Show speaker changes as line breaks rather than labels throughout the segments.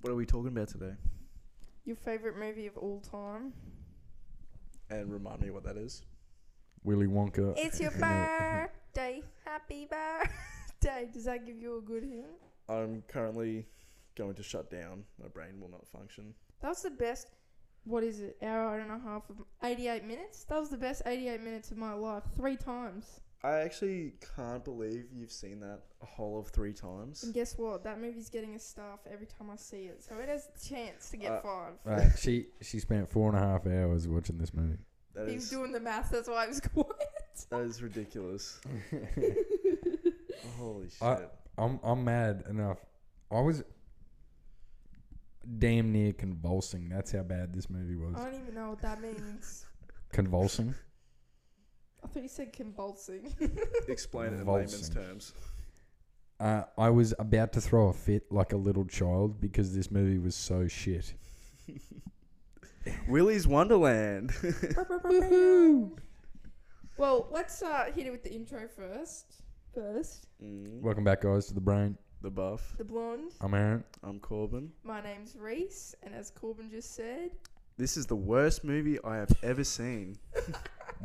What are we talking about today?
Your favorite movie of all time?
And remind me what that is.
Willy Wonka.
It's your birthday. Happy birthday. Does that give you a good hint?
I'm currently going to shut down. My brain will not function.
That was the best. What is it? Hour and a half of 88 minutes. That was the best 88 minutes of my life. Three times.
I actually can't believe you've seen that a whole of three times.
And guess what? That movie's getting a star for every time I see it, so it has a chance to get
Uh,
five.
Right, she she spent four and a half hours watching this movie.
That
He was
is
doing the math. That's why I was quiet.
that is ridiculous. Holy shit!
I- I'm I'm mad enough. I was damn near convulsing. That's how bad this movie was.
I don't even know what that means.
Convulsing.
I thought you said convulsing.
Explain it in layman's
Convulsing.
terms.
Uh, I was about to throw a fit like a little child because this movie was so shit.
Willy's Wonderland.
well, let's uh, hit it with the intro first. First,
Mm.
Welcome back, guys, to the brain.
The buff.
the blonde.
I'm Aaron.
I'm Corbin.
My name's Reese, and as Corbin just said,
This is the worst movie I have ever seen.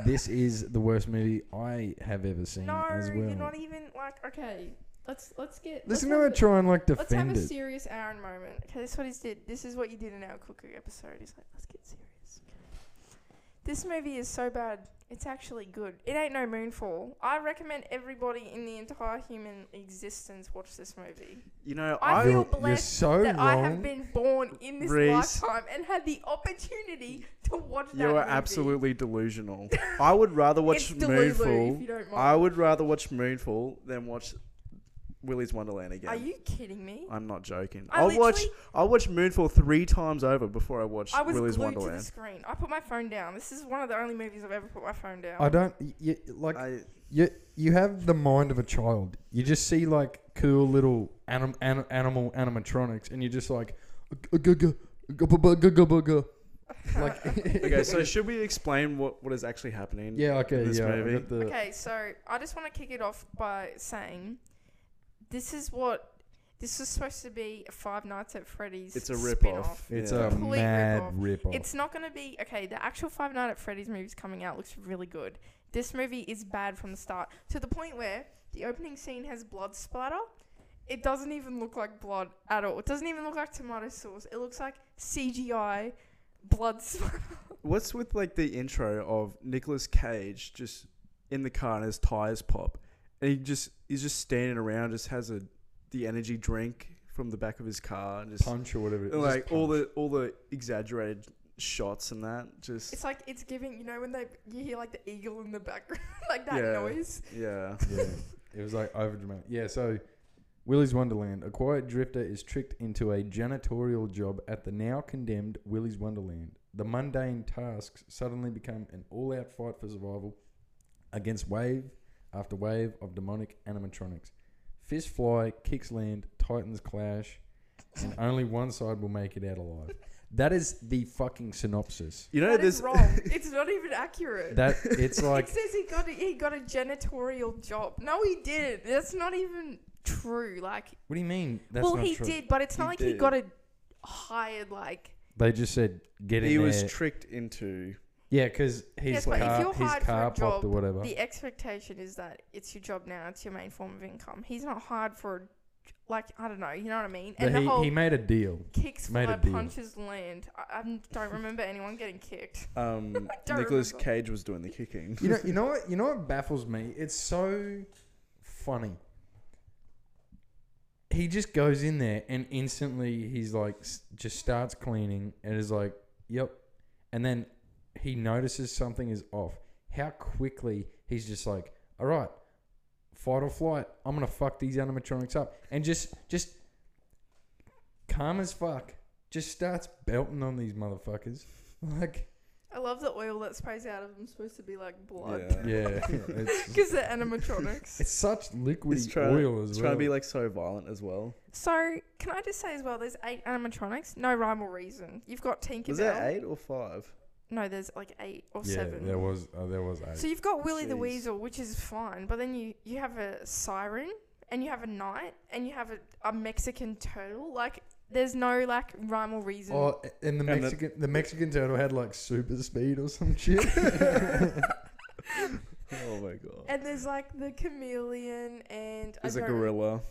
This is the worst movie I have ever seen.
no,
as well.
you're not even like okay. Let's let's get
Listen
let's
to
have
her
a-
try and like
Let's have
defend
a
it.
serious Aaron moment. Okay, that's what he did. This is what you did in our cookery episode. He's like, let's get serious. This movie is so bad. It's actually good. It ain't no moonfall. I recommend everybody in the entire human existence watch this movie.
You know,
I
I,
feel
you're, you're
blessed
so
that
wrong.
I have been born in this
Reese.
lifetime and had the opportunity to watch that
you are
movie.
absolutely delusional. I would rather watch
It's Delulu,
Moonfall.
if you don't
I
mind.
would rather watch Moonfall than watch Willy's Wonderland again.
Are you kidding me?
I'm not joking.
I
I will watch
literally-
I'll watch Moonfall three times over before I watch
I was
Willy's
glued to the
Wonderland.
screen. I put my phone down. This is one of the only movies I've ever put my phone down.
I don't. y y like
I,
you. You have the mind of a child. You just see like cool little anim, anim, animal animatronics, and you're just like, "Gu-gu-gu, gu-bu-bu, gu-gu-bu-gu." like.
okay, so should we explain what, what is actually happening?
yeah. Okay.
this
yeah. I
movie.
got the-
Okay, so I just want to kick it off by saying this is what this was supposed to be a Five Nights at Freddy's.
It's a
spin-off.
rip-off.
It's um,
Yeah.
a
Complete
mad rip off.
It's not going to be okay. The actual Five Nights at Freddy's movie's coming out looks really good. This movie is bad from the start to the point where the opening scene has blood splatter. It doesn't even look like blood at all. It doesn't even look like tomato sauce. It looks like CGI blood splatter.
What's with like the intro of Nicolas Cage just in the car and his tires pop, and he just he's just standing around, just has a the energy drink from the back of his car, and just
punch or whatever. it
and,
is. Just
like all
punch.
the all the exaggerated shots and that. Just
It's like it's giving, you know, when they you hear like the eagle in the background, like that
Yeah.
noise.
yeah,
Yeah. It was like over dramatic. Yeah. So, Willy's Wonderland. A quiet drifter is tricked into a janitorial job at the now condemned Willy's Wonderland. The mundane tasks suddenly become an all out fight for survival against wave after wave of demonic animatronics. Fists fly, kicks land, titans clash, and only one side will make it out alive. That is the fucking synopsis.
you know
That is
this.
wrong. it's not even accurate.
That it's
it
like
says he got a, he got a janitorial job. No, he didn't. That's not even true. Like,
What do you mean? That's
well,
not
he
true.
did, but it's not
He
like he
did.
got a hired. Like,
They just said get in
He
there.
was tricked into
yeah, because his
Yes, but if
car,
you're
his
hired for a
car
job,
popped or whatever.
the expectation is that it's your job now. It's your main form of income. He's not hired for, a, j- like, I don't know. You know what I mean?
But
And
he,
the whole
he made a deal.
kicks
made
fly
a deal.
punches land. I, I don't remember anyone getting kicked.
um,
don't
Nicolas
remember.
Cage was doing the kicking.
You know, you know what? You know what baffles me? It's so funny. He just goes in there and instantly he's like, s- just starts cleaning and is like, "Yep," and then he notices something is off. How quickly he's just like, "All right, fight or flight. I'm gonna fuck these animatronics up," and just, just calm as fuck, just starts belting on these motherfuckers. Like,
I love the oil that sprays out of them supposed to be like blood.
Yeah.
yeah, it's
Because they're animatronics.
It's such
He's
liquidy
trying,
oil as
he's
well.
trying to be like so violent as well.
so, can I just say as well, there's eight animatronics, no rhyme or reason. You've got
Was that
Tinkerbell.
eight or five?
No, there's like eight or
yeah,
seven.
there was uh, there was eight.
so you've got Willy the
Jeez.
Weasel, which is fine, but then you, you have a siren, and you have a knight, and you have a, a Mexican turtle. Like, There's no like rhyme or reason.
Oh, and the
the-
Mexican the Mexican turtle had like super speed or some shit.
Oh my god.
And there's like the chameleon and
There's
I
a
don't-
gorilla.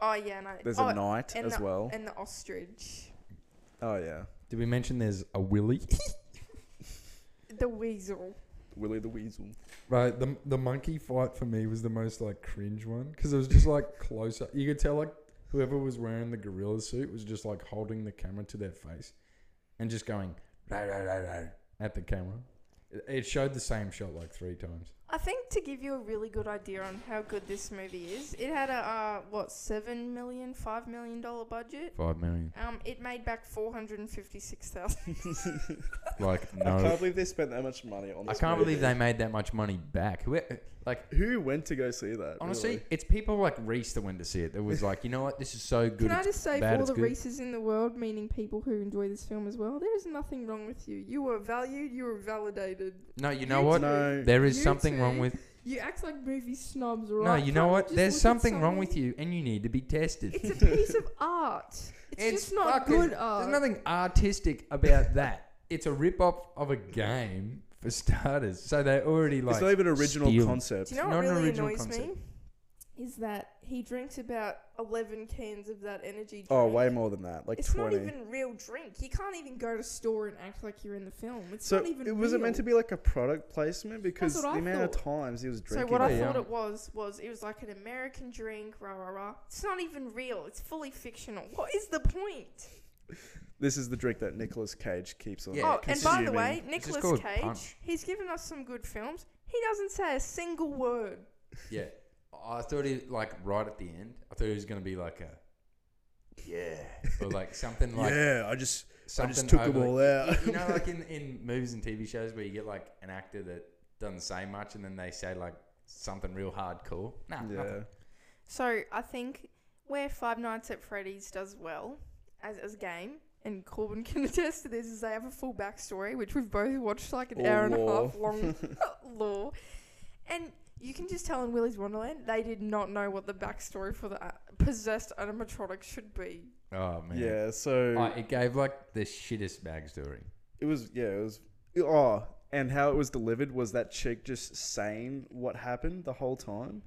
Oh yeah, no.
There's
oh,
a knight
and
as
the-
well.
and the ostrich,
Oh yeah,
Did we mention there's a willy?
the weasel.
Willy the Weasel.
Right, the the monkey fight for me was the most like cringe one because it was just like close up. You could tell like whoever was wearing the gorilla suit was just like holding the camera to their face and just going "Rah, rah, rah, rah," at the camera. It, it showed the same shot like three times.
I think to give you a really good idea on how good this movie is, it had a uh, what seven million, five million dollar budget.
Five million,
Um, it made back four hundred and fifty-six thousand.
like
I can't believe they spent that much money on.
I
This
can't believe
movie.
they made that much money back. Who, like,
Who went to go see that?
honestly,
really?
it's people like Reese that went to see it. That was like, you know what, this is so good.
Can I
it's
just say, for
bad,
all
it's
the
good.
Reese's in the world, meaning people who enjoy this film as well, there is nothing wrong with you. You are valued. You are validated.
no, you know
you
what?
two-
No.
There is
you
something wrong
two-
with.
You act like movie snobs,
No,
right?
you know
Can't
what?
just
There's
look at
something wrong
something-
with you, and you need to be tested.
It's a piece of art. It's,
It's
just not
fucking-
good
There's
art.
nothing artistic about that. It's a rip off of a game for starters. So they already like.
it's not even original
steal.
concept.
Do you know
It's
what
not an
really
original
annoys
concept.
me? Is that he drinks about 11 cans of that energy drink.
Oh, way more than that. Like
It's
twenty.
not even real drink. You can't even go to store and act like you're in the film. It's
so
not even
it was it meant to
real.
be like a product placement because the
what I
amount of
thought.
times he was
So
drinking.
what I
Yeah.
thought it was was it was like an American drink, rah rah rah. It's not even real. It's fully fictional. What is the point?
This is the drink that Nicolas Cage keeps on.
Yeah,
oh, and by the
consuming.
way,
It's just
Nicolas
called
Cage,
Punch.
he's given us some good films. He doesn't say a single word.
Yeah, I thought he like right at the end. I thought he was gonna be like a. Yeah. Or like something like
yeah, I just
something.
I just took
over,
them all
You,
out.
you know, like in, in movies and TV shows where you get like an actor that doesn't say much and then they say like something real hardcore. Nah,
yeah,
nothing.
So I think where Five Nights at Freddy's does well as as a game, and Corbin can attest to this, is they have a full backstory, which we've both watched like an
Or lore.
hour and a half long lore, and you can just tell in Willy's Wonderland they did not know what the backstory for the uh, possessed animatronic should be.
Oh man.
yeah. So
Oh, it gave like the shittest backstory.
it was. Yeah, it was. Oh, and how it was delivered was that chick just saying what happened the whole time,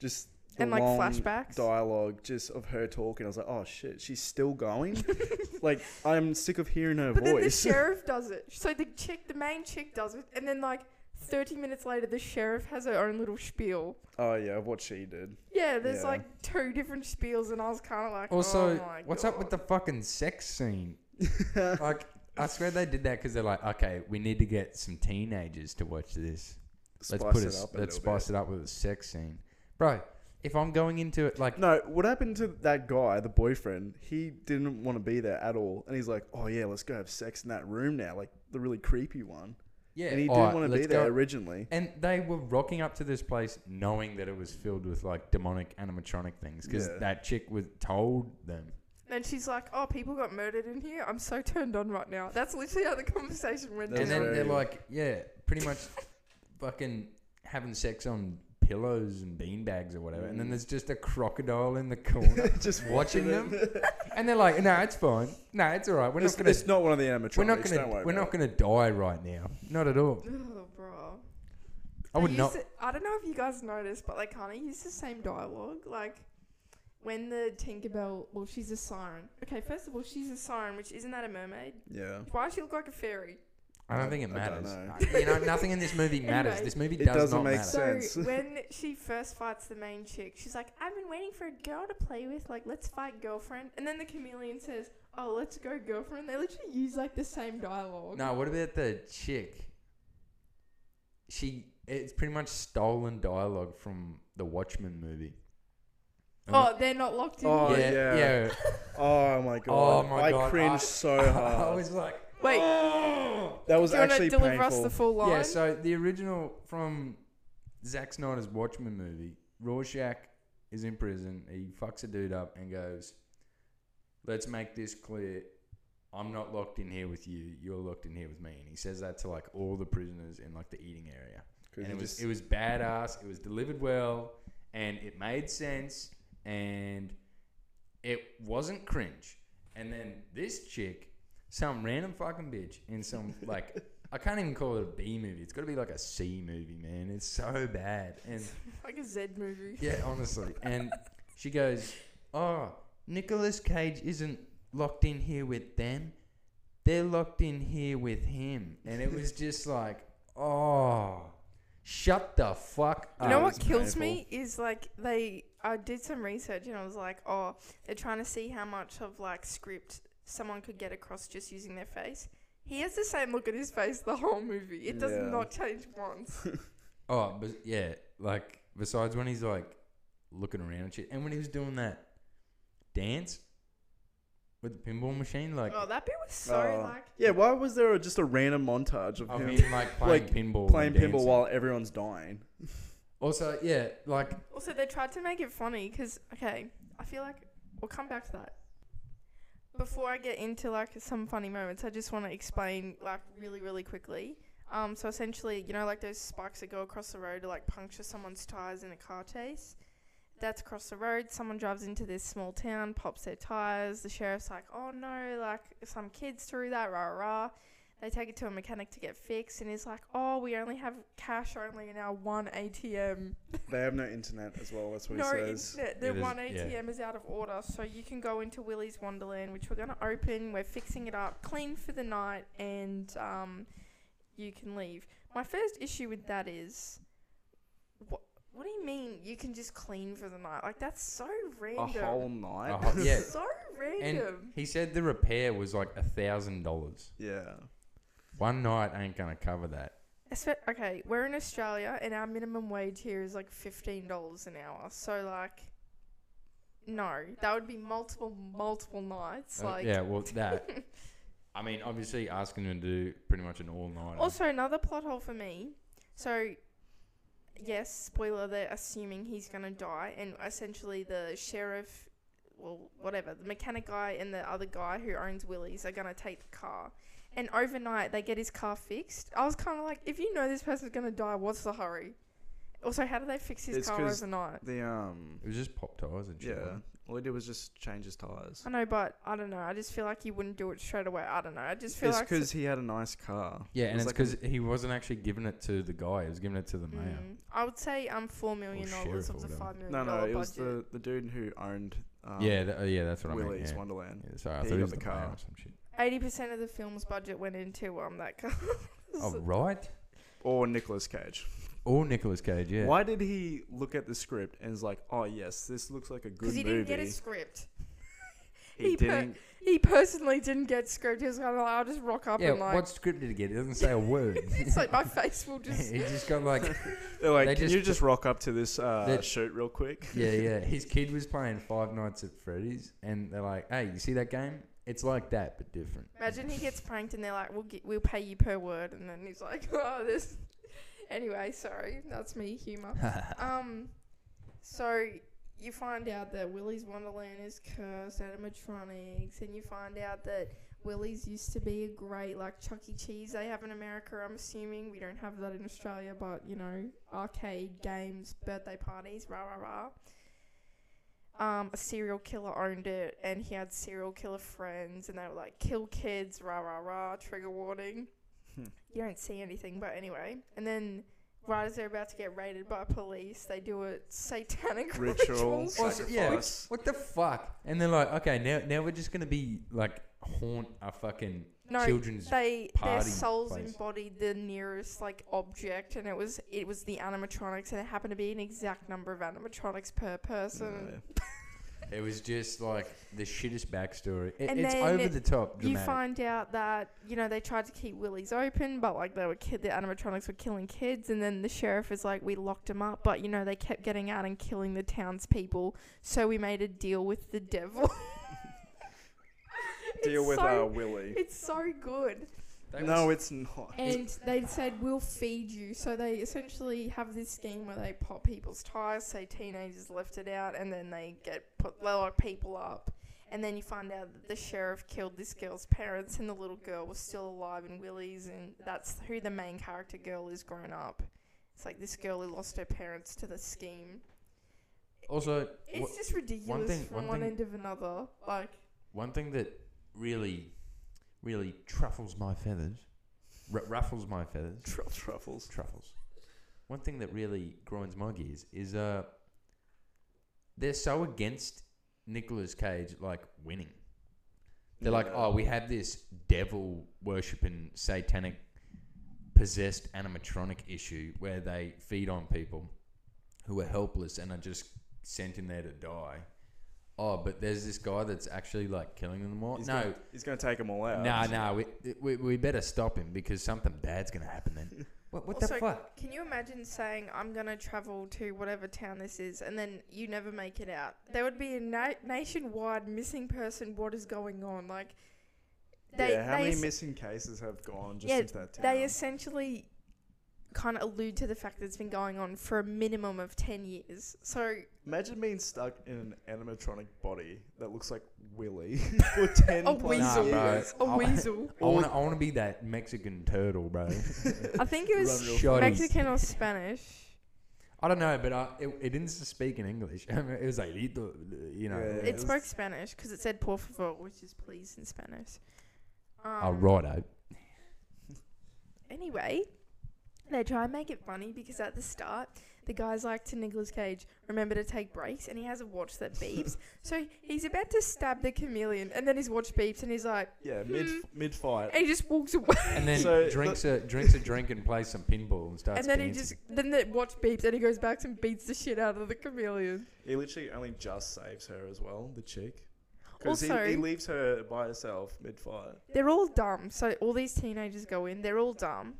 just the
And, like,
long
flashbacks?
dialogue just of her talking. I was like, oh shit, she's still going. like I'm sick of hearing her
But then the
voice.
sheriff does it. So the chick, the main chick, does it, and then like thirty minutes later, the sheriff has her own little spiel.
oh yeah, what she did.
Yeah, there's
Yeah.
like two different spiels, and I was kind of like,
Also,
oh my
what's up with
God.
the fucking sex scene? like, I swear they did that because they're like, okay, we need to get some teenagers to watch this. Let's
Spice
put
it up
it.
a
let's
little
spice
bit.
it up with a sex scene, bro. If I'm going into it, like,
No, what happened to that guy, the boyfriend? He didn't want to be there at all, and he's like, "Oh yeah, let's go have sex in that room now, like the really creepy one."
yeah,
and he didn't
alright,
want to be
let's
there
go-
originally.
And they were rocking up to this place knowing that it was filled with like demonic animatronic things because
Yeah.
that chick was told them.
And she's like, "Oh, people got murdered in here. I'm so turned on right now." That's literally how the conversation went.
That
and
was
then
down.
very-
they're like, yeah, pretty much fucking having sex on pillows and beanbags or whatever.
Mm.
And then there's just a crocodile in the corner
Just
watching them. And they're like, no, it's fine. No, it's all right. We're
it's,
not going
it's
to.
not one of the
We're not
animatronics. Don't
gonna.
worry.
We're not
about
gonna die right now. Not at all.
oh, bro.
I
They
would
use
not.
the- I don't know if you guys noticed, but they kind of use the same dialogue. Like when the Tinkerbell, well, she's a siren. Okay, first of all, she's a siren, which isn't that a mermaid?
it. Yeah,
Why does she look like a fairy?
I don't think it
I don't
matters.
know.
you know, nothing in this movie matters.
Anyway.
This movie
It
does
doesn't
not
make
matter.
sense.
So when she first fights the main chick, she's like, "I've been waiting for a girl to play with. Like, let's fight girlfriend." And then the chameleon says, "Oh, let's go girlfriend." They literally use like the same dialogue.
No, what about the chick? She it's pretty much stolen dialogue from the Watchmen movie.
Oh, they're not locked in.
Oh,
yet.
yeah.
yeah.
Oh my god.
Oh my
I
god.
cringed so
I
hard.
was like,
Wait.
"Oh."
that was
Do you want to
actually
deliver
painful.
us the full line?
Yeah, so the original from Zack Snyder's Watchmen movie, Rorschach is in prison. He fucks a dude up and goes, "Let's make this clear. I'm not locked in here with you. You're locked in here with me." And he says that to like all the prisoners in like the eating area.
'Cause
and
you
it was
just-
it was badass. It was delivered well, and it made sense, and it wasn't cringe. And then this chick, some random fucking bitch in some like I can't even call it a B movie. It's got to be like a C movie, man. It's so bad. And
Like a Z movie.
yeah, honestly. And she goes, "Oh, Nicolas Cage isn't locked in here with them. They're locked in here with him." And it was just like, "Oh, shut the fuck up."
You know
Oh,
what
it's
kills me is like they. I did some research and I was like, oh, they're trying to see how much of like script someone could get across just using their face. He has the same look at his face the whole movie. It does
Yeah.
not change once.
Oh, but yeah, like besides when he's like looking around and shit, and when he was doing that dance with the pinball machine, like
oh, that bit was so
Uh,
like.
yeah, why was there just a random montage of
of
him
him like playing
Like,
pinball, and
playing pinball
dancing.
while everyone's dying?
Also, yeah, like
Also, they tried to make it funny because, okay, I feel like we'll come back to that. Before I get into like some funny moments, I just want to explain like really, really quickly. Um, so essentially, you know, like those spikes that go across the road to like puncture someone's tires in a car chase. That's across the road. Someone drives into this small town, pops their tires. The sheriff's like, "Oh no!" Like some kids threw that, rah rah, rah. They take it to a mechanic to get fixed, and he's like, "Oh, we only have cash only in our one ATM."
They have no internet as well. That's what
no,
he says.
internet. Their
It is-
one
yeah.
ATM is out of order, so you can go into Willy's Wonderland, which we're going to open. We're fixing it up, clean for the night, and um, you can leave. My first issue with that is, what? What do you mean you can just clean for the night? Like that's so
A
random.
whole night.
A whole- yeah.
So
and
random.
he said the repair was like a thousand dollars.
yeah.
One night ain't gonna cover that.
Espe- okay, we're in Australia, and our minimum wage here is like fifteen dollars an hour. So like, no, that would be multiple, multiple nights.
Uh,
Like,
yeah, well that. I mean, obviously asking him to do pretty much an all night.
Also, another plot hole for me. So, yes, spoiler, they're assuming he's going to die, and essentially the sheriff, well, whatever, the mechanic guy and the other guy who owns Willie's are going to take the car. And overnight, they get his car fixed. I was kind of like, if you know this person's going to die, what's the hurry? Also, how do they fix his
It's
car
'cause-
overnight?
The um.
it was just pop tires and shit.
Yeah.
wasn't
All he did was just change his tires.
I know, but I don't know. I just feel like you wouldn't do it straight away. I don't know. I just feel
It's
like.
because he had a nice car.
it? yeah,
It
and
was
it's
like
because he wasn't actually giving it to the guy; he was giving it to the mayor.
Mm, I would say um four million dollars
sheriff or
of the
whatever.
five million
No, no,
dollar
it was
budget.
the, the dude who owned um,
yeah, tha- uh, yeah, that's what I mean.
Willy's
Yeah.
Wonderland.
Yeah, sorry, I
He
thought it
got
was
the
the car
car.
or some shit.
Eighty percent of the film's budget went into um that car.
Oh, right.
Or Nicolas Cage.
Or Nicolas Cage, yeah.
Why did he look at the script and was like, oh, yes, this looks like a good
Because he
movie?
didn't get a script.
he,
he put-
didn't.
He personally didn't get script. He was kind of like, I'll just rock up
Yeah,
and like.
what script did he get? It doesn't say a word.
it's like my face will just.
he just got like,
They're like,
they
can
just
you
put-
just rock up to this uh,
That-
shoot real quick?
yeah, yeah. His kid was playing Five Nights at Freddy's, and they're like, hey, you see that game? It's like that, but different.
Imagine he gets pranked and they're like, "We'll get, we'll pay you per word," and then he's like, "Oh, this." Anyway, sorry, that's me humor. um, so you find out that Willy's Wonderland is cursed animatronics, and you find out that Willy's used to be a great like Chuck E. Cheese they have in America. I'm assuming we don't have that in Australia, but you know, arcade games, birthday parties, rah rah rah. Um, a serial killer owned it, and he had serial killer friends, and they were like kill kids, rah rah rah, trigger warning.
Hmm.
You don't see anything, but anyway, and then. Right as they're about to get raided by police, they do a satanic
Ritual.
ritual.
Also, yeah,
sacrifice.
What the fuck? And they're like, okay, now now we're just gonna be like haunt our fucking
No,
children's.
they their
party
souls
place.
embodied the nearest like object and it was it was the animatronics and it happened to be an exact number of animatronics per person
it was just like the shittest backstory. It,
And
it's
then
over the top
you
dramatic.
find out that you know they tried to keep willies open but like they were kid the animatronics were killing kids and then the sheriff is like we locked them up but you know they kept getting out and killing the townspeople so we made a deal with the devil It's
Deal with uh,
so,
Willy.
it's so good
They
No,
was-
it's not.
And they said, we'll feed you. So they essentially have this scheme where they pop people's tires, say teenagers left it out, and then they get put, they lock people up. And then you find out that the sheriff killed this girl's parents, and the little girl was still alive in Willie's, and that's who the main character girl is grown up. It's like this girl who lost her parents to the scheme.
also
It's
wh-
just ridiculous
thing-
from
one
one
thing-
end of another. Like,
one thing that really, really truffles my feathers, r- ruffles my feathers,
Tru- truffles.
truffles. One thing that really grinds my gears is uh, they're so against Nicolas Cage like winning. They're like, oh, we have this devil worshipping, satanic, possessed animatronic issue where they feed on people who are helpless and are just sent in there to die. Oh, but there's this guy that's actually like killing them all.
He's
no,
gonna, he's gonna take them all out.
no, no. We, we, we better stop him because something bad's gonna happen then. What, what the
Also,
fuck?
Can you imagine saying, I'm going to travel to whatever town this is, and then you never make it out? There would be a na- nationwide missing person, what is going on? Like, they,
yeah, how
they,
many um,
es-
missing cases have gone just
Yeah,
into that town?
they essentially kind of allude to the fact that it's been going on for a minimum of 10 years. So,
Imagine being stuck in an animatronic body that looks like Willy for ten
a
plus
weasel.
Nah, bro.
years.
A
I'll-
weasel.
I want to I wanna be that Mexican turtle, bro.
I think it was
Run real
Shoddy.
Mexican or Spanish.
I don't know, but I, it, it didn't speak in English. it was like, "Lito," you know.
Yeah,
It
was-
spoke Spanish because it said por favor, which is please in Spanish. Um,
Oh, righto.
Anyway, they try and make it funny because at the start, the guy's like to Nicolas Cage, remember to take breaks, and he has a watch that beeps. so he's about to stab the chameleon, and then his watch beeps, and he's like,
Yeah, mid
Hmm.
mid fight.
and he just walks away.
And then
So,
drinks a drinks a drink and plays some pinball and starts.
And then he
dancing.
just, then the watch beeps, and he goes back and beats the shit out of the chameleon.
He literally only just saves her as well, the chick. Because he,
Also-
he leaves her by herself mid fight.
They're all dumb. So all these teenagers go in, they're all dumb,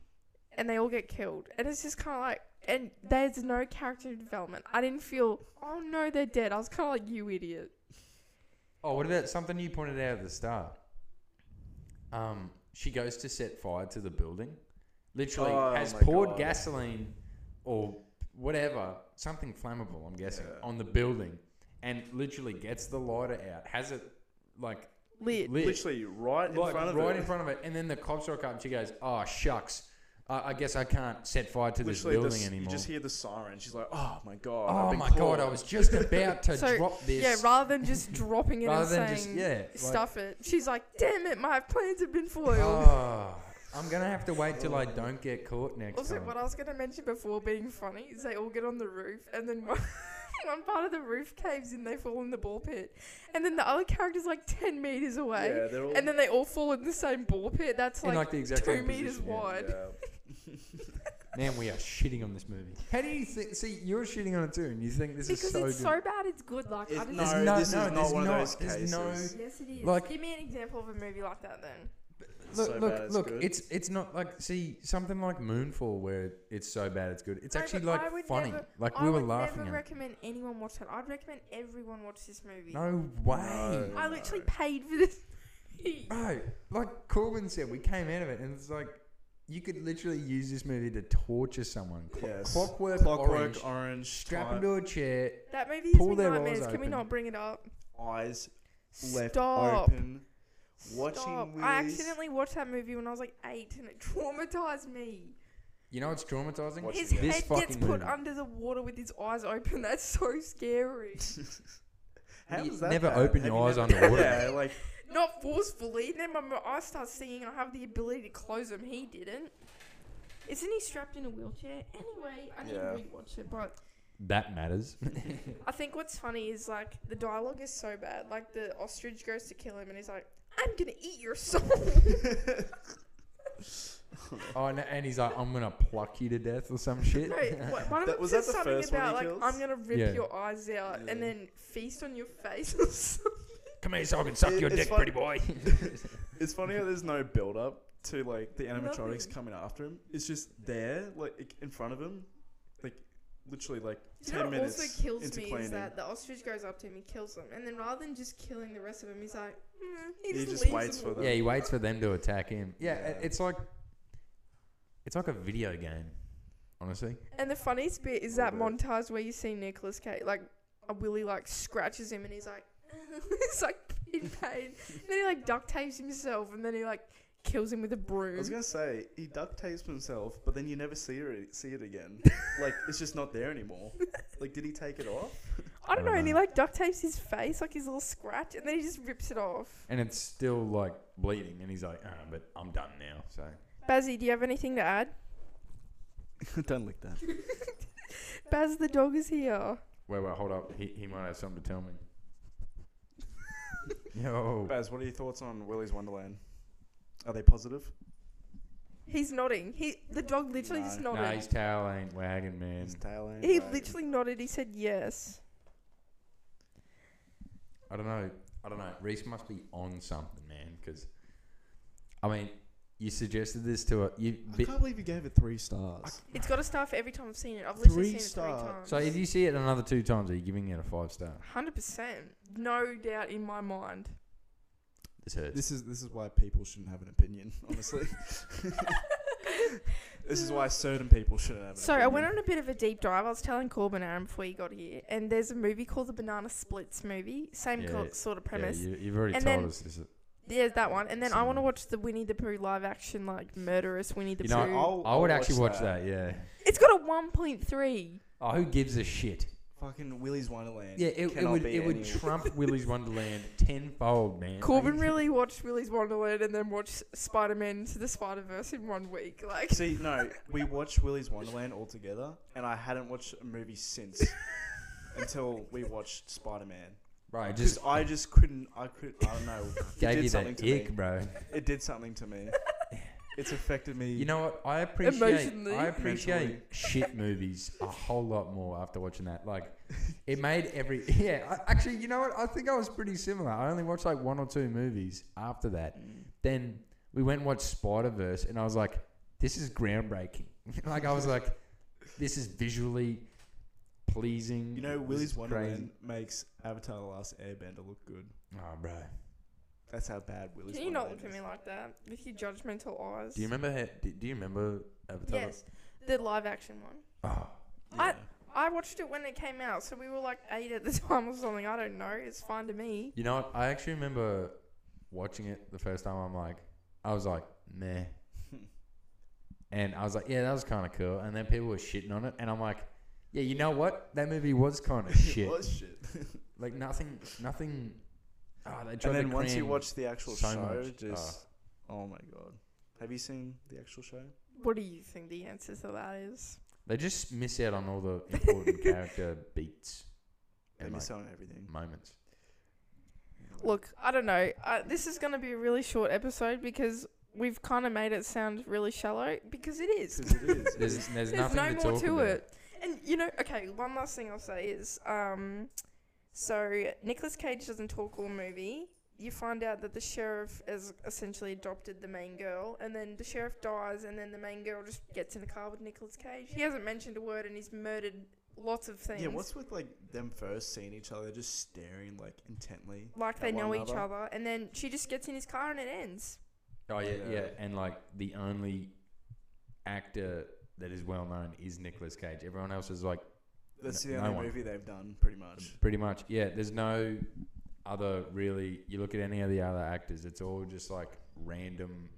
and they all get killed. And it's just kind of like, and there's no character development. I didn't feel, oh no, they're dead. I was kind of like, you idiot.
Oh, what about something you pointed out at the start? Um, she goes to set fire to the building. Literally
Oh
has
my
poured
God.
gasoline or whatever, something flammable, I'm guessing,
Yeah.
on the building and literally gets the lighter out, has it like
Lit.
lit,
Literally right in
like,
front of
right
her.
in front of it. And then the cops rock up and she goes, Oh, shucks. I I guess I can't set fire to this
literally, the
building
s- you
anymore.
just hear the siren. She's like, "Oh my god!" I've
oh
been
my
caught."
God, I was just about to
So,
drop this.
Yeah, rather than just dropping it and
Rather than
saying
just- yeah, like-
stuff it. She's like, damn it, my plans have been foiled.
Oh, I'm gonna have to wait till I don't get caught next
also,
time.
what I was going to mention before being funny is they all get on the roof and then one, one part of the roof caves in, they fall in the ball pit. And then the other character's like 10 meters away.
Yeah, they're all.
And then they all fall in the same ball pit. That's
In
like,
like the exact
two
same
meters
position, yeah.
wide.
yeah.
Man, we are shitting on this movie. How do you think? See, you're shitting on it too, and you think this is
Because
so
it's
good.
so bad, it's good. Like,
It-
I'm
no,
just,
There's no-
this
no,
is
there's
not one
no-
of those
there's
cases.
no-
yes, it is.
Like-
Give me an example of a movie like that then.
look,
so
look,
bad it's
look.
good.
It's it's not like see something like Moonfall where it's so bad it's good. It's
No,
actually
but I
like
would
funny.
never-
like
I
we were
would
laughing
never
at. it.
recommend anyone watch that. I'd recommend everyone watch this movie.
No way,
No.
I literally paid for this. movie.
bro. Like Corbin said, we came out of it, and it's like you could literally use this movie to torture someone. Clo-
Yes.
Clockwork,
Clockwork
orange.
Orange,
Strap
type,
into a chair.
that movie
Pull
is
their
nightmares.
eyes
Can we
open.
not bring it up?
eyes left
Stop.
open. Watching
Stop.
Willy's-
I accidentally watched that movie when I was like eight, and it traumatized me.
You know it's traumatizing.
Watch
His
this.
This
head
fucking
gets put
movie.
under the water with his eyes open. That's so scary.
How
You
is that
never
bad?
open
Have
your
you
eyes
never-
underwater.
Yeah, like
not forcefully. Then when my eyes start seeing, I have the ability to close them. He didn't. Isn't he strapped in a wheelchair? Anyway, I need
Yeah.
to rewatch it, but
That matters.
I think what's funny is like the dialogue is so bad. Like the ostrich goes to kill him, and he's like, "I'm gonna eat your soul."
oh, and, and he's like, I'm gonna pluck you to death or some shit.
no, what, one of
That-
them
was
says
that the
something
first one he
about like,
kills?
"I'm gonna rip
Yeah.
your eyes out
Yeah.
and then feast on your face." or something.
Come here so I can suck
It-
your
it's
dick,
fun-
pretty boy.
it's funny how there's no build up to like the animatronics
Nothing.
coming after him. It's just there, like i- in front of him, like literally like
You know
ten
what
minutes
also kills
into
me
cleaning.
is that the ostrich goes up to him and kills him, and then rather than just killing the rest of them, he's like, mm, he, just leaves
waits
them
for
all.
yeah, he waits for them to attack him. Yeah, it-
Yeah.
it's like, it's like a video game. Honestly,
And the funniest bit is that montage where you see Nicholas Cage, like a Willy, like scratches him, and he's like, it's like in pain. and then he like duct tapes himself, and then he like kills him with a
I
broom.
was gonna say he duct tapes himself, but then you never see it see it again. like it's just not there anymore. Like did he take it off?
I don't
I
know.
don't
And he
know.
like duct tapes his face, like his little scratch, and then he just rips it off.
And it's
Still like bleeding, and he's like, ah, but I'm done now. So
Bazzy, do you have anything to add?
Don't lick that.
Baz, the dog is here.
wait, wait, hold up. He he might have something to tell me. Yo,
Baz, what are your thoughts on Willy's Wonderland? Are they positive?
He's nodding. He the dog literally just
No.
nah,
nodded.
his towel ain't wagging, man.
His tail ain't
he
wagging.
literally nodded. He said yes.
I don't know. I don't know. Reese must be on something, man. Because, I mean, you suggested this to a you.
I
Bi-
can't believe you gave it three stars.
It's got a star for every time I've seen it. I've
Three
literally seen it three
star.
times.
so if you see it another two times, are you giving it a five star?
Hundred percent, no doubt in my mind.
This hurts.
This is this is why people shouldn't have an opinion. Honestly, this is why certain people shouldn't have. An
So I
opinion.
went on a bit of a deep dive. I was telling Corbin Aaron before you got here, and there's a movie called the Banana Splits movie, same
Yeah,
co- sort of
yeah,
premise.
you, you've already
And
told
then-
us this.
There's that one, and then I want to
Similar.
watch the Winnie the Pooh live action, like murderous Winnie the
You
Pooh.
know,
I'll-
I would actually watch
that.
that. Yeah.
it's got a 1.3.
Oh, who gives a shit?
Fucking Willy's Wonderland.
Yeah, it, it
cannot
would
be
it would
anywhere.
trump Willy's Wonderland tenfold, man.
Corbin
Like,
really watched Willy's Wonderland and then watched Spider Man to the Spider Verse in one week. Like,
See, no, we watched Willy's Wonderland all together, and I hadn't watched a movie since until we watched Spider Man.
bro, it
Just
just
I just couldn't. I could. I don't know. It
gave
did
you
something
that
to
ick,
me.
bro.
It did something to me. It's affected me.
You know what? I appreciate
Emotionally.
I appreciate
Mentally.
shit movies a whole lot more after watching that. Like, it made every yeah. I, actually, you know what? I think I was pretty similar. I only watched like one or two movies after that.
Mm.
Then we went and watched Spider Verse, and I was like, "This is groundbreaking." like, I was like, "This is visually pleasing."
You know,
This
Willy's
is
Wonderland
crazy.
makes Avatar: The Last Airbender look good.
Oh, bro.
That's how bad Willy's.
can you not
Wonderland
look at me
is.
like that with your judgmental eyes?
Do you remember? How, do, do you remember Avatar?
Yes, the live action one.
Oh,
I-
Yeah.
I watched it when it came out, so we were like eight at the time or something. I don't know. It's fine to me.
you know what? I actually remember watching it the first time. I'm like, I was like, meh. and I was like, yeah, that was kind of cool. And then people were shitting on it, and I'm like, yeah, you know what? That movie was kind of
It
Oh, shit.
was shit.
Like nothing, nothing. Oh, they tried
and
to
then once you
cram-
watch the actual
so
show,
much. Ah.
just oh my god. Have you seen the actual show?
What do you think the answer to that is?
they just miss out on all the important character beats
They
and like,
miss out on everything.
moments.
Look, I don't know. Uh, this is going to be a really short episode because we've kind of made it sound really shallow because it is.
'Cause it is.
There's,
There's
there's, nothing
no
to
more
talk
to
about.
it. And you know, okay, one last thing I'll say is um so Nicolas Cage doesn't talk all movie. You find out that the sheriff has essentially adopted the main girl, and then the sheriff dies, and then the main girl just gets in a car with Nicolas Cage. He hasn't mentioned a word, and he's murdered lots of things.
Yeah, what's with like them first seeing each other, they're just staring like intently.
like they
at one
know each
another?
other, and then she just gets in his car, and it ends.
Oh yeah, yeah,
Yeah.
and like the only actor that is well known is Nicolas Cage. Everyone else is like
That's
No-
the
no
only
one.
movie they've done, pretty much.
pretty much yeah. There's no other really. You look at any of the other actors, it's all just like random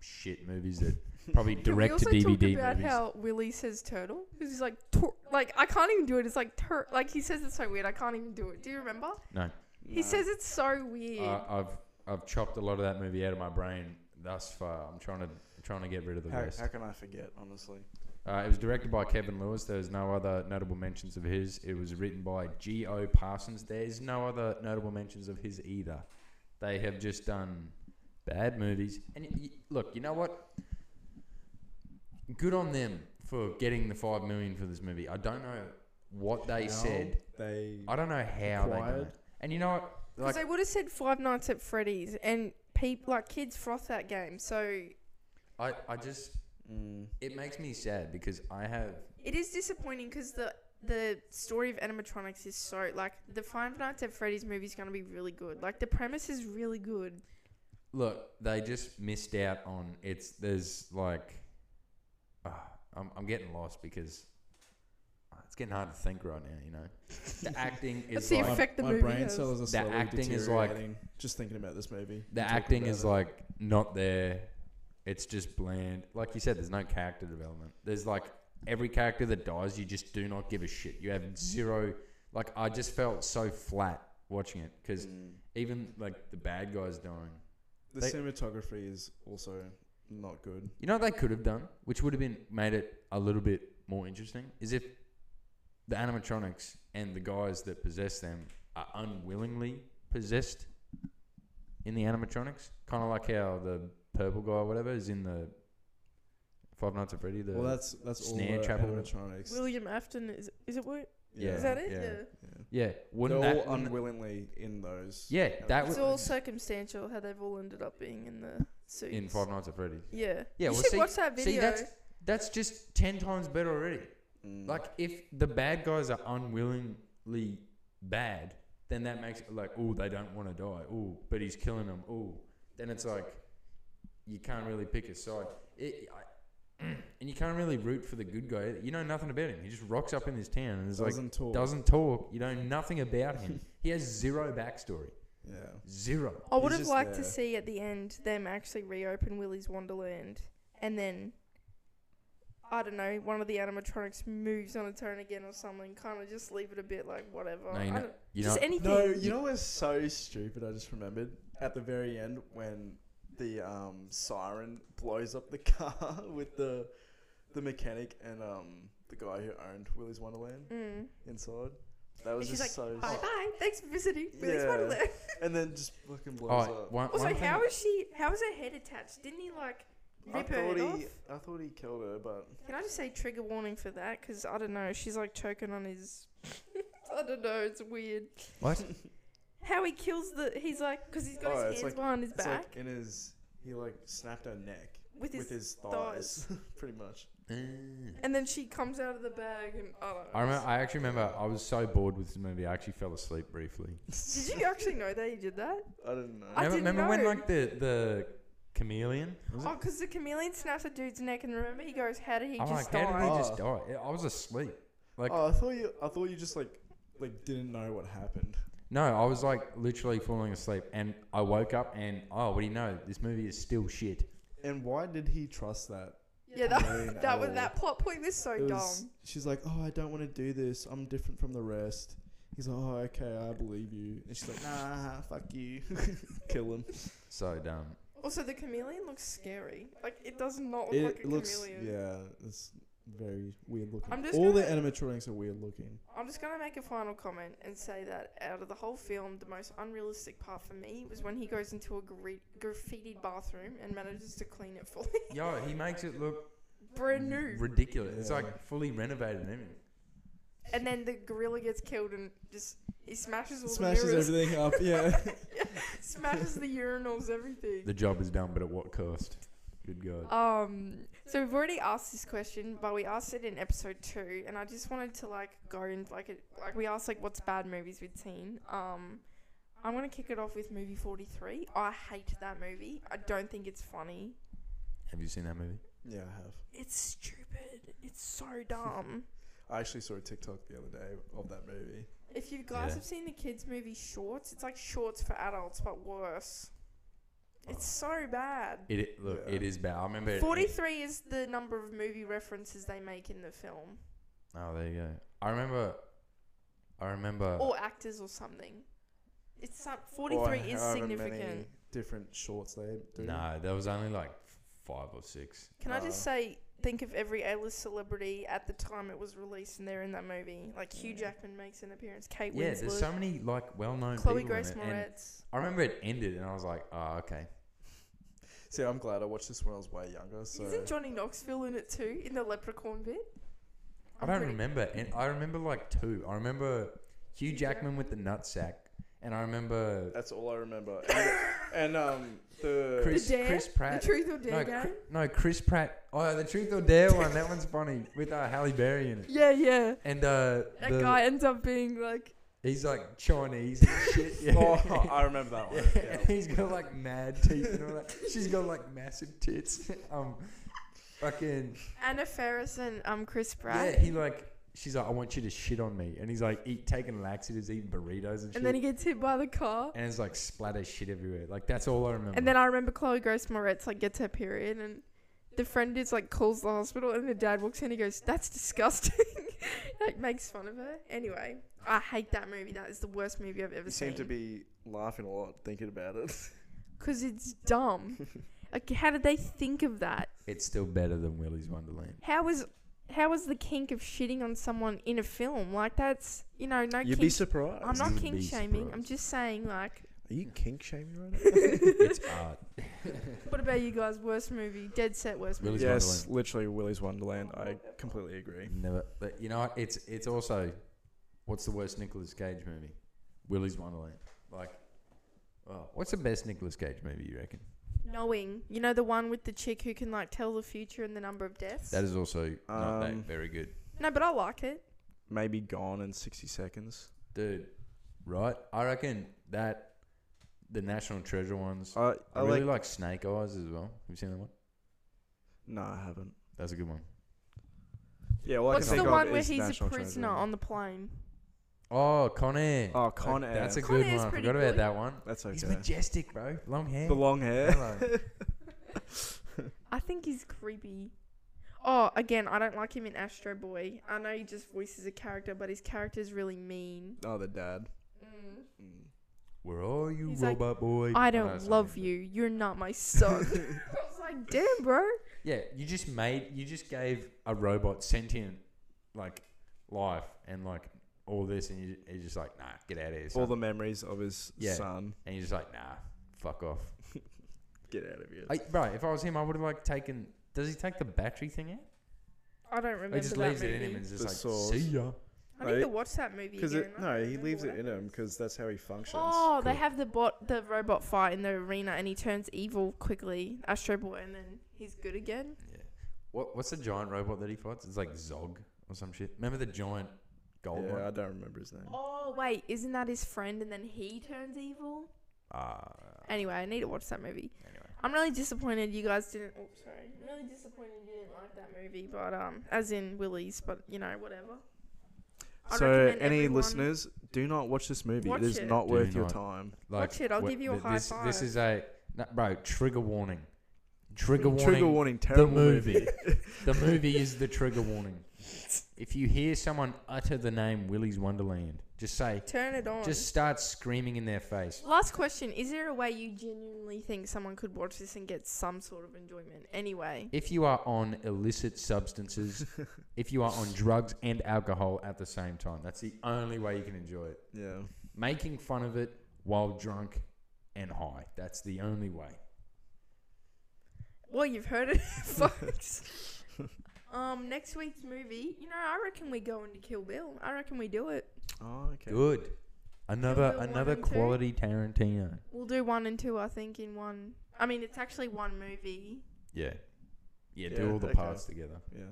shit movies that probably
Can
direct to
we also
DVD
talk about
movies.
how Willie says turtle? Because he's like, tor- like I can't even do it. It's like tur- like he says it's so weird. I can't even do it. Do you remember? He
No.
says it's so weird.
I, I've I've chopped a lot of that movie out of my brain thus far. I'm trying to trying to get rid of the
how,
rest.
how can I forget, honestly?
Uh, it was directed by Kevin Lewis. There's no other notable mentions of his. It was written by G.O. Parsons. There's no other notable mentions of his either. They have just done bad movies. And y- y- look, you know what? Good on them for getting the five million for this movie. I don't know what they
How
said.
they
I don't know how they done
Acquired.
it. And you know what?
Because
Like,
they would have said Five Nights at Freddy's, and peop like kids froth that game. So
I, I just it makes me sad because I have
it is disappointing because the the story of animatronics is so like the Five Nights at Freddy's movie is gonna be really good. Like the premise is really good.
Look, they just missed out on it's. There's like, ah, I'm I'm getting lost because ah, it's getting hard to think right now. You know, the acting
That's
is
the
like
effect the
my
movie
brain
has.
cells are
The
slowly
acting is like-
deteriorating, just thinking about this movie.
the
and talking
acting
about
is
it.
like not there. It's just bland. Like you said, there's no character development. There's like every character that dies, you just do not give a shit. You have zero. Like I just felt so flat watching it because
Mm.
even like the bad guys dying.
The
They-
cinematography is also not good.
You know what they could have done, which would have been made it a little bit more interesting, is if the animatronics and the guys that possess them are unwillingly possessed in the animatronics, kind of like how the purple guy, or whatever, is in the Five Nights at Freddy. The
well, that's that's all
snare
the
trap or whatever.
animatronics.
William Afton is is it what?
Yeah.
Is that it?
yeah.
Yeah.
Yeah.
yeah, wouldn't
They're
that?
all
wouldn't-
unwillingly in those.
yeah, that
It's
was
all circumstantial how they've all ended up being in the suits.
in Five Nights at Freddy's.
Yeah.
Yeah,
You
well,
should
see-
watch that video.
See, that's that's just ten times better already.
Mm.
Like if the bad guys are unwillingly bad, then that makes it like oh they don't want to die. Oh, but he's killing them. Oh, then it's like you can't really pick a side. It, I, and you can't really root for the good guy. Either. You know nothing about him. He just rocks up in this town and is like
doesn't talk.
doesn't talk. You know nothing about him. he has zero backstory.
Yeah.
Zero.
I
He's
would have
just
liked
uh,
there.
to see at the end them actually reopen Willy's Wonderland and then I don't know, one of the animatronics moves on its own again or something. Kind of just leave it a bit like whatever.
No, you
I
know-
don't-
You know
just anything.
No, you know what's so stupid? I just remembered at the very end when the um, siren blows up the car with the the mechanic and um, the guy who owned Willy's Wonderland
Mm.
inside. That was
And she's
just so.
Bye
s-
bye. Thanks for visiting Willy's
Yeah.
Wonderland.
and then just fucking
Oh,
blows up.
one-
Also,
one thing-
how is she? How is her head attached? Didn't he like
I
rip her
thought
head off?
he, I thought he killed her, but
Can I just say trigger warning for that? Because I don't know. She's like choking on his. I don't know. It's weird.
What?
How he kills the. He's like. Because he's got
Oh,
his
it's
hands
like-
behind his
it's
back.
like in his he like snapped her neck
with his.
with his thighs,
thighs.
pretty much.
Mm.
and then she comes out of the bag and. I don't know.
I remember. I actually remember. I was so bored with this movie. I actually fell asleep briefly.
Did you actually know that he did that?
I didn't know.
I
remember
didn't
remember when
know.
like the the chameleon? Was it?
Oh, because the chameleon snaps a dude's neck, and remember he goes, "How did he
I'm
just
like, how
die?"
did Oh, he
die?
just die? Yeah, I was asleep. Like
oh, I thought you. I thought you just like like didn't know what happened.
no, I was like literally falling asleep, and I woke up, and oh, what do you know? This movie is still shit.
And why did he trust that?
yeah,
Chameleon
that, that
owl.
was that plot point was so
It was-
dumb.
She's like, oh, I don't want to do this. I'm different from the rest. He's like, oh, okay, I believe you. And she's like, nah, fuck you, kill him.
So dumb.
Also, the chameleon looks scary. Like it does not look
It
like a
looks,
chameleon.
yeah, it's very weird looking.
I'm just
All the
gonna-
animatronics are weird looking.
I'm just going to make a final comment and say that out of the whole film, the most unrealistic part for me was when he goes into a gra- graffitied bathroom and manages to clean it fully.
Yo, he makes it look
Brand new.
ridiculous. It's
Yeah.
like fully renovated and everything.
And then the gorilla gets killed and just he smashes all
Smashes
the mirrors,
everything up. Yeah.
smashes the urinals, everything.
The job is done, but at what cost? Good God.
Um, so we've already asked this question, but we asked it in episode two, and I just wanted to like go and like it, like we asked like what's bad movies we've seen. Um, I'm gonna kick it off with movie 43. I hate that movie. I don't think it's funny.
Have you seen that movie?
yeah, I have.
It's stupid. It's so dumb.
I actually saw a TikTok the other day of that movie.
if you guys
Yeah.
have seen the kids movie Shorts, it's like Shorts for adults, but worse. It's
Oh.
so bad.
It, it look, it
Yeah.
is bad. I remember. it-
43 is the number of movie references they make in the film,
Oh, there you go. I remember. I remember.
or actors or something. It's some, 43
Or
is
Oh, however
significant.
many different shorts they do.
No, there was only like five or six.
Can I just
Oh.
say, think of every A-list celebrity at the time it was released, and they're in that movie. Like Hugh
Yeah.
Jackman makes an appearance, Kate
Mm. Yeah,
Winslet,
there's so many like well-known
Chloe
people in
Grace
it, and
Moretz.
I remember it ended, and I was like, "Oh, okay."
See, I'm glad I watched this when I was way younger. So
Isn't Johnny Knoxville in it too, in the Leprechaun bit?
I
I'm
don't
pretty-
remember, and I remember like two. I remember Hugh Jackman with the nutsack, and I remember
that's all I remember. And, and, um, the
Chris
dare?
Chris Pratt.
The Truth or Dare
no,
game?
Chri- no, Chris Pratt. Oh, the Truth or Dare one. That one's funny with uh, Halle Berry in it,
yeah, yeah.
and uh,
That
the,
guy ends up being like,
he's like Chinese and shit. Yeah.
oh, I remember that one.
Yeah,
Yeah.
and he's got like mad teeth and all that. She's got like massive tits. um, fucking
Anna Ferris and um Chris Pratt.
Yeah, he like she's like, I want you to shit on me, and he's like eat taking laxatives, eating burritos and, shit,
and then he gets hit by the car.
and it's like splatter shit everywhere. Like that's all I remember.
And then I remember Chloe Grace Moretz like gets her period, and the friend is like calls the hospital, and the dad walks in. and He goes, "That's disgusting." like makes fun of her. Anyway, I hate that movie. That is the worst movie I've ever
You
seen.
seem to be laughing a lot thinking about it.
Because it's dumb. like, how did they think of that?
It's still better than Willy's Wonderland.
How was how was the kink of shitting on someone in a film? Like, that's you know no.
You'd
kink.
be surprised.
I'm not
You'd
kink
be
shaming. I'm
surprised.
just saying like.
Are you kink shaming right now?
it's art.
What about you guys? Worst movie? Dead set worst movie.
Willy's
yes,
Wonderland. literally
literally Willy's Wonderland. I completely agree.
Never. But you know what? It's it's also what's the worst Nicolas Cage movie? Willy's Wonderland. Like, oh, what's the best Nicolas Cage movie you reckon?
Knowing, you know the one with the chick who can like tell the future and the number of deaths.
That is also not that
Um,
very good,
no, but I like it.
Maybe Gone in 60 Seconds.
dude. Right? I reckon that the National Treasure ones.
I,
I
I
really
like.
like Snake Eyes as well. Have you seen that one?
No, I haven't.
That's a good one.
Yeah, well,
What's
I can
the
think
one
of
where
is
he's
National
a prisoner
Treasure.
on the plane?
Oh, Con Air.
Oh, Con
That-
Air.
That's a
Con
good
Air's
one. I
pretty
forgot about
good.
that one.
That's
He's
okay.
majestic, bro. Long hair.
The long hair.
Hello.
I think he's creepy. Oh, again, I don't like him in Astro Boy. I know he just voices a character, but his character's really mean.
Oh, the dad. Mm.
Where are you,
He's like,
robot boy?
I
Mm. know
don't
it's not
love
him,
you. You're not my son. I was like, damn, bro.
but- Yeah, you just made, you just gave a robot sentient, like, life and, like, all this, and you, you're just like, nah, get out of here.
All
Son.
the memories of his
Yeah.
son.
and you're just like, nah, fuck off.
Get out of here.
I, bro, if I was him, I would have, like, taken. Does he take the battery thing out?
I don't remember
he just
that
leaves
movie.
it in him and is just
The
like,
sauce.
see ya.
I need
Right?
to watch that movie
Because
again. I
no,
don't
he
remember
leaves
what
it in him because that's how he functions.
Oh, they have the bot, the robot fight in the arena, and he turns evil quickly, Astro Boy, and then he's good again.
Yeah. What, what's the giant robot that he fights? It's like Zog or some shit. Remember the giant gold
yeah,
one?
I don't remember his name.
Oh wait, isn't that his friend? And then he turns evil.
Ah,
Anyway, I need to watch that movie.
anyway.
I'm really disappointed you guys didn't. Oh, sorry. I'm really disappointed you didn't like that movie, but um, as in Willy's, but you know, whatever. I'd
So,
recommend
any
everyone-
listeners, do not watch this movie.
Watch
it is
it.
not
Do
worth your
not.
time.
Like,
Watch it, I'll
wha-
give you a
th-
high
this, This
five.
is a no, bro. Trigger warning. Trigger warning.
Trigger warning.
The
Terrible
movie. the movie is the trigger warning. If you hear someone utter the name Willy's Wonderland, just say,
Turn it on.
just start screaming in their face.
Last question: Is there a way you genuinely think someone could watch this and get some sort of enjoyment? Anyway.
If you are on illicit substances, if you are on drugs and alcohol at the same time, that's the only way you can enjoy it.
Yeah.
Making fun of it while drunk and high. That's the only way.
Well, you've heard it, folks. um, next week's movie, you know, I reckon we go into Kill Bill. I reckon we do it.
Oh, okay.
Good.
Kill
Another
Bill one
another
and two.
quality Tarantino.
We'll do one and two, I think, in one. I mean, it's actually one movie.
Yeah. Yeah,
Yeah,
do all the
okay.
parts together.
Yeah.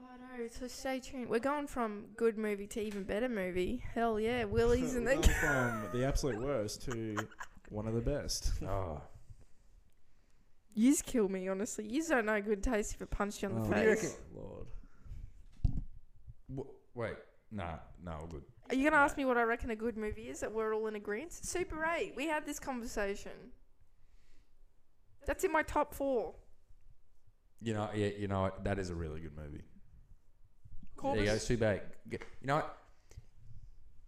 I know. So stay tuned. We're going from good movie to even better movie. Hell yeah, Willies and then.
Gone from the absolute worst to one of the best.
Oh.
Yous kill me, honestly. Yous don't know good taste if it punched you on the face.
Oh, Lord.
W- wait. Nah, nah, we're good.
Are you gonna ask me what I reckon a good movie is that we're all in agreement? Super Eight. We had this conversation. That's in my top four.
You know, yeah, you know what? That is a really good movie.
Corbus-
There you go, Super 8. G- You know what?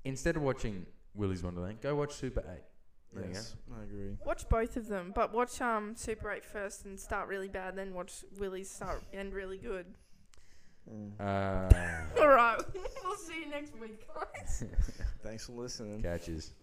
Instead of watching Willy's Wonderland, go watch Super 8. There you
Yes, I agree.
Watch both of them, but watch um Super 8 first and start really bad, then watch Willie's start end really good.
go. Uh,
All right, we'll see you next week, guys.
Thanks for listening.
catches.